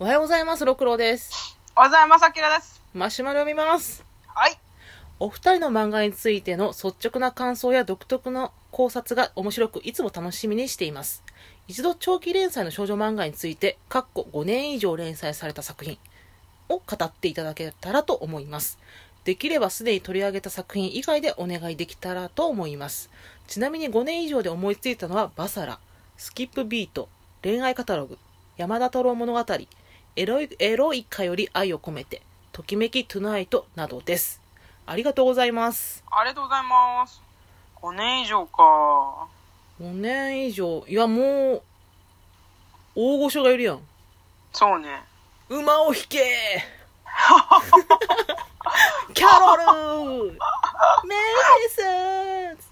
おはようございます、六郎です。おはようございます、あきらです。マシュマロを見ます。はい。お二人の漫画についての率直な感想や独特の考察が面白く、いつも楽しみにしています。一度長期連載の少女漫画について、かっこ5年以上連載された作品を語っていただけたらと思います。できればすでに取り上げた作品以外でお願いできたらと思います。ちなみに5年以上で思いついたのは、バサラ、スキップビート、恋愛カタログ、山田太郎物語、エロいエロイカより愛を込めて、ときめきトゥナイトなどです。ありがとうございます。ありがとうございます。5年以上か。 5年以上、いやもう、大御所がいるやん。そうね。馬を引けキャロルメイデス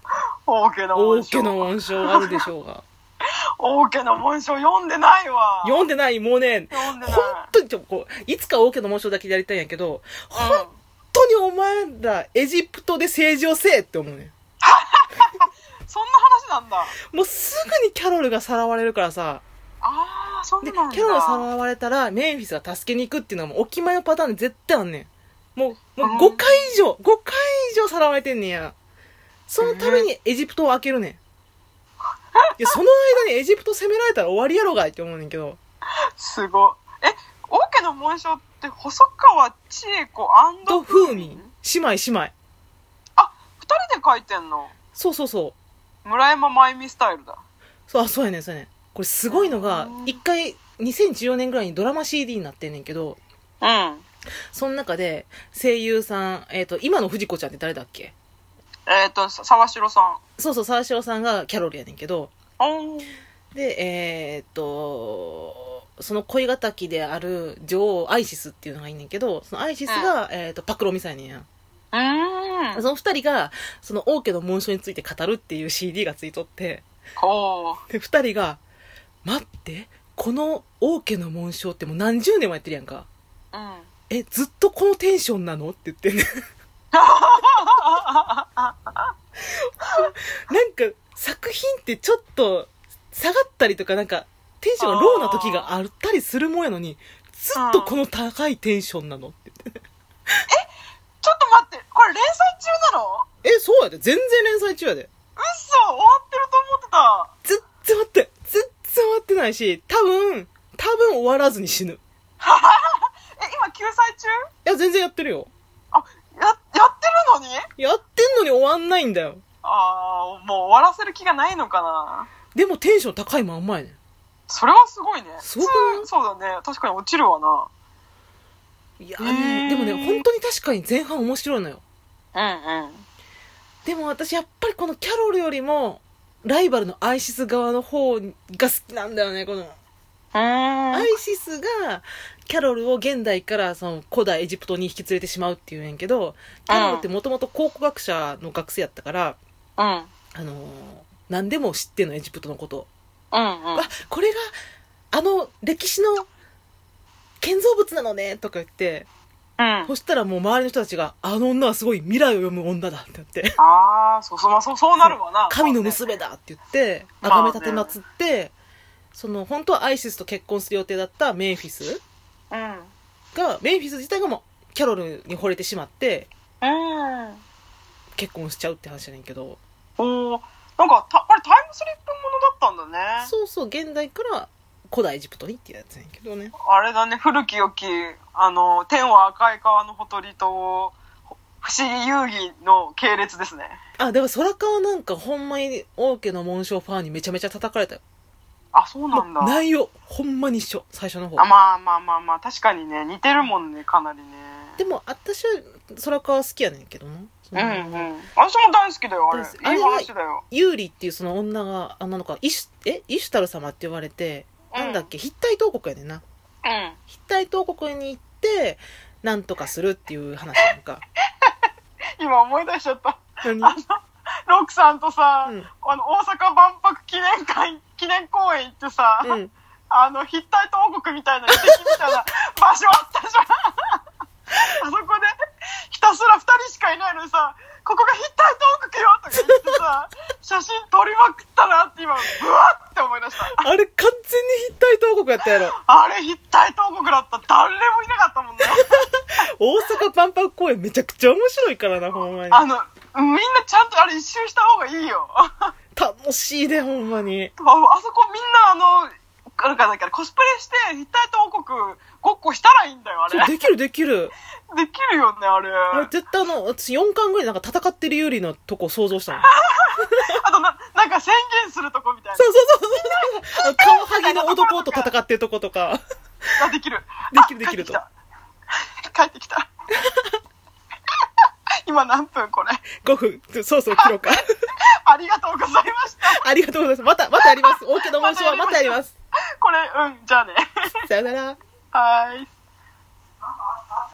大家の大文家章。の紋章あるでしょうが。大家の文章読んでないわ。読んでないもうね、読んでない本。当にちょっとこう、いつか大家の紋章だけやりたいんやけど、うん本。当にお前らエジプトで政治をせえって思うね。そんな話なんだ。もうすぐにキャロルがさらわれるからさ、あー、そんで、なキんだ。ャロルさらわれたら、メンフィスが助けに行くっていうのはもうお決まりのパターンで絶対あんねん。もう、もう5回以上、5回以上さらわれてんねや。そのためにエジプトを開けるねん。いや、その間にエジプト攻められたら終わりやろがいって思うねんけど。すごい。え、大家の文章って、細川千恵子と、風味、姉妹姉妹。あ、二人で書いてんの。そうそうそう。村山真由美スタイルだ。そう、あそうやねんそうやねんこれすごいのが、一回、2014年ぐらいにドラマ CD になってんねんけど、うん。その中で、声優さん、えっ、と、今の藤子ちゃんって誰だっけえっ、と、さ沢城さん。そうそう、沢城さんがキャロルやねんけど、おー。で、えーっと、その恋敵である女王アイシスっていうのがいんねんけど、そのアイシスが、えーっと、パクロミさんやねんや。うーん。その二人が、その王家の紋章について語るっていう CD がついとって、おー。で、二人が、待って、この王家の紋章ってもう何十年もやってるやんか。うん。え、ずっとこのテンションなのって言って んねん。なんか、作品ってちょっと下がったりとか、なんか、テンションがローな時があったりするもんやのに、ずっとこの高いテンションなのって言って。ちょっと待って、これ連載中なのえ、そうやで。全然連載中やで。嘘終わってると思ってた。ずっと待って、ずっと終わってないし、多分、多分終わらずに死ぬ。いえ、今救済中や、全然やってるよ。あ、や、やってるのにやってんのに終わんないんだよ。あー、もう終わらせる気がないのかな。でもテンション高いまんまやねん。それはすごいね。すごくない普通そうだね。確かに落ちるわな。いやうね、んでもね、本当に確かに前半面白いのよ。うんうん。でも私やっぱりこのキャロルよりも、ライバルのアイシス側の方が好きなんだよね、この。うーアん。イシスがキャロルを現代からその古代エジプトに引き連れてしまうっていうんやけどキャロルってもともと考古学者の学生やったから、うん。あのー何でも知ってんのエジプトのこと、うんうんあ。これがあの歴史の建造物なのねとか言ってうんそ。したらもう周りの人たちが「あの女はすごい未来を読む女だ」ってなってあー、そうそう、まあそう、そうなるわな。「神の娘だ」って言ってまあ崇ねめ立てまつってその本当はアイシスと結婚する予定だったメンフィスそうね。がメンフィス自体がもうキャロルに惚れてしまってうん。うん。結婚しちゃうって話やねんけどおー。なんか、た、あれタイムスリップものだったんだね。そうそう現代から古代エジプトにってやつやねんけどねあれだね、古き良き、あの、天は赤い川のほとりと、ほ不思議遊戯の系列ですね。あでも空川なんかほんまに王家の紋章ファンにめちゃめちゃ叩かれたよあ、そうなんだ。あ、内容ほんまに一緒最初の方まあまあまあまあ、確かにね、似てるもんね、かなりね。でも私は空川好きやねんけどなそうんのうん。私も大好きだよ、あれ。大好きあいれいは話だよ。ユーリっていうその女があなのかイシュえイシュタル様って言われて、なんだっけ筆体東国やねんなうん。うん。筆体東国に行ってなんとかするっていう話やん か今思い出しちゃった。何ロックさんとさ、うんあの、大阪万博記念会、記念公園行ってさ、うんあの、筆体東国みたいな、遺跡みた いな場所あったじゃん。あそこで、ひたすら二人しかいないのにさ、ここが筆体東国よとか言ってさ、 写真撮りまくったなって今、ブワって思い出した。あれ完全に筆体東国やったやろ。 あれ、一体東国だった。誰もいなかったもんね。大阪万博公演めちゃくちゃ面白いからな、ほんまに。あの、みんなちゃんとあれ一周した方がいいよ。あ楽しいで、ほんまに。あそこみんなあの、あれかだからコスプレして、一体東国ごっこしたらいいんだよ、あそれ。うでできるできる。きるよね、あれ。あれ絶対あの、私4巻ぐらいなんか戦ってる有利のとこ想像 したの。あとな、なんか宣言するとこみたいそうそうそうそう。あの 顔はぎの男と戦ってるとことか。 な。あ、できる。できるであきると。帰ってきた。 帰ってきた今何分これ。 5分。そうそう、切 ろうか。ありがとうございました。ありがとうございます。また、またやります。大けの申しはまたやります。これ、うん、じゃあね。 さよなら。はーい。